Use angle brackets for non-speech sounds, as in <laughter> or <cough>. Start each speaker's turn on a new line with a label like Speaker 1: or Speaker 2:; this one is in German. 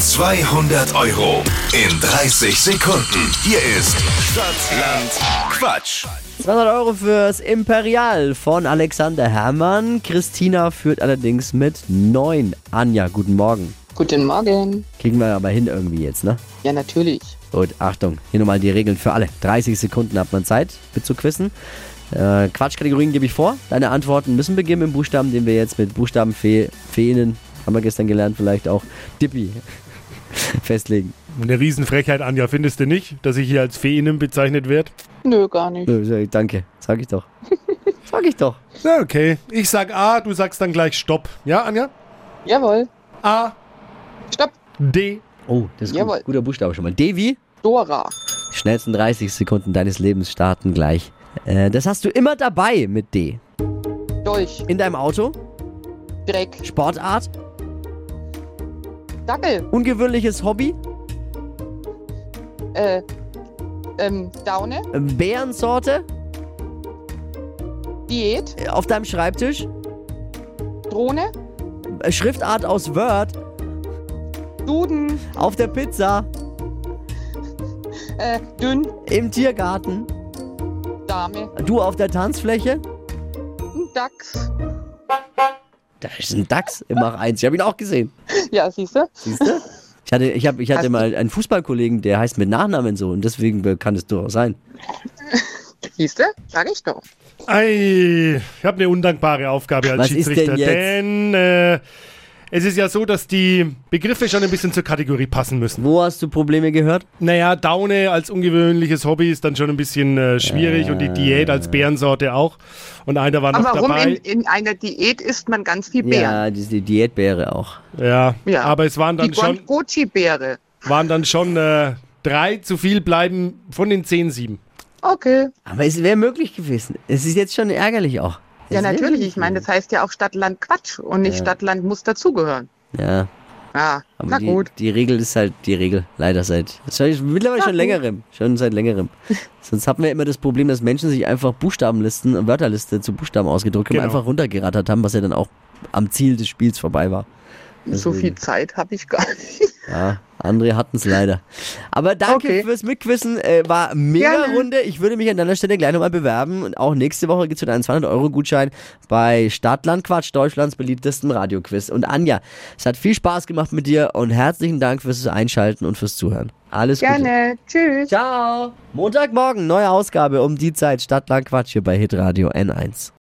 Speaker 1: 200 Euro in 30 Sekunden. Hier ist Stadtland Quatsch.
Speaker 2: 200 Euro fürs Imperial von Alexander Herrmann. Christina führt allerdings mit 9. Anja, guten Morgen.
Speaker 3: Guten Morgen.
Speaker 2: Kriegen wir aber hin irgendwie jetzt, ne?
Speaker 3: Ja, natürlich.
Speaker 2: Gut, Achtung, hier nochmal die Regeln für alle. 30 Sekunden hat man Zeit mitzuquissen. Äh, Quatschkategorien gebe ich vor. Deine Antworten müssen beginnen mit Buchstaben, den wir jetzt mit Buchstaben Fe Feenen, haben wir gestern gelernt, vielleicht auch Dippi <laughs> festlegen.
Speaker 4: Eine Riesenfrechheit, Anja, findest du nicht, dass ich hier als Feinen bezeichnet werde?
Speaker 3: Nö, gar nicht.
Speaker 2: Nö, sag ich, Danke, sag ich doch. Sag ich doch.
Speaker 4: Na, okay. Ich sag A, du sagst dann gleich Stopp. Ja, Anja?
Speaker 3: Jawohl.
Speaker 4: A,
Speaker 3: Stopp.
Speaker 4: D.
Speaker 2: Oh, das ist
Speaker 3: Jawohl.
Speaker 2: gut. guter Buchstabe schon mal. Devi,
Speaker 3: Dora.
Speaker 2: die schnellsten 30 Sekunden deines Lebens starten gleich. Äh, das hast du immer dabei mit D.
Speaker 3: Dolch.
Speaker 2: In deinem Auto,
Speaker 3: Dreck.
Speaker 2: Sportart,
Speaker 3: Dackel.
Speaker 2: ungewöhnliches Hobby,
Speaker 3: Äh. Ähm, Daune.
Speaker 2: äh, Bärensorte,
Speaker 3: Diät.
Speaker 2: äh, auf deinem Schreibtisch,
Speaker 3: Drohne.
Speaker 2: äh, Schriftart aus Word,
Speaker 3: Duden.
Speaker 2: auf der Pizza,
Speaker 3: Äh, dünn.
Speaker 2: im Tiergarten,
Speaker 3: Dame.
Speaker 2: du auf der Tanzfläche.
Speaker 3: Dachs. <laughs>
Speaker 2: Da ist ein Dachs im Mach 1. Ich habe ihn auch gesehen.
Speaker 3: Ja, siehst du?
Speaker 2: Siehst du? Ich hatte, ich, hab, ich hatte
Speaker 3: Hast-
Speaker 2: mal einen Fußballkollegen, der heißt mit Nachnamen so und deswegen kann es durchaus sein.
Speaker 3: Siehst du? Sag ich doch.
Speaker 4: Ei, ich habe eine undankbare Aufgabe als
Speaker 2: Was ist
Speaker 4: Schiedsrichter.
Speaker 2: denn jetzt?
Speaker 4: Denn äh, es ist ja so, dass die Begriffe schon ein bisschen zur Kategorie passen müssen.
Speaker 2: Wo hast du Probleme gehört?
Speaker 4: Naja, Daune als ungewöhnliches Hobby ist dann schon ein bisschen äh, schwierig und die Diät als Bärensorte auch. Und einer war noch
Speaker 3: Aber warum
Speaker 4: dabei.
Speaker 3: in, in einer Diät isst man ganz viel Beeren?
Speaker 2: Ja, diese Diätbeere auch.
Speaker 4: ja,
Speaker 3: Ja.
Speaker 4: aber es waren
Speaker 3: Die
Speaker 4: dann schon,
Speaker 3: Goji-Beere.
Speaker 4: waren dann schon äh, drei zu viel bleiben von den zehn sieben.
Speaker 3: Okay.
Speaker 2: Aber es wäre möglich gewesen. Es ist jetzt schon ärgerlich auch.
Speaker 3: Ja,
Speaker 2: Es wär
Speaker 3: natürlich.
Speaker 2: möglich
Speaker 3: Ich meine, das heißt ja auch Stadtland Quatsch und nicht Stadtland muss dazugehören.
Speaker 2: gewesen. Ja,
Speaker 3: Ja,
Speaker 2: aber
Speaker 3: na
Speaker 2: die,
Speaker 3: gut.
Speaker 2: die Regel ist halt die Regel. Leider seit. seit mittlerweile
Speaker 3: Na
Speaker 2: schon
Speaker 3: gut.
Speaker 2: längerem. Schon seit
Speaker 3: <laughs>
Speaker 2: längerem. Sonst hatten wir immer das Problem, dass Menschen sich einfach Buchstabenlisten und Wörterliste zu Buchstaben ausgedruckt haben,
Speaker 4: Genau.
Speaker 2: einfach runtergerattert haben, was ja dann auch am Ziel des Spiels vorbei war.
Speaker 3: So viel Zeit habe ich gar <laughs> nicht.
Speaker 2: Ja, andere hatten es leider. Aber danke
Speaker 3: Okay.
Speaker 2: fürs Mitquissen. Äh, war mega
Speaker 3: Gerne.
Speaker 2: Runde. Ich würde mich an deiner Stelle gleich nochmal bewerben. Und auch nächste Woche gibt's wieder einen 200-Euro-Gutschein bei Stadtland Quatsch, Deutschlands beliebtesten Radioquiz. Und Anja, es hat viel Spaß gemacht mit dir und herzlichen Dank fürs Einschalten und fürs Zuhören. Alles Gute.
Speaker 3: Gerne. Tschüss.
Speaker 2: Ciao. Montagmorgen, neue Ausgabe um die Zeit. Stadtland Quatsch hier bei Hitradio N1.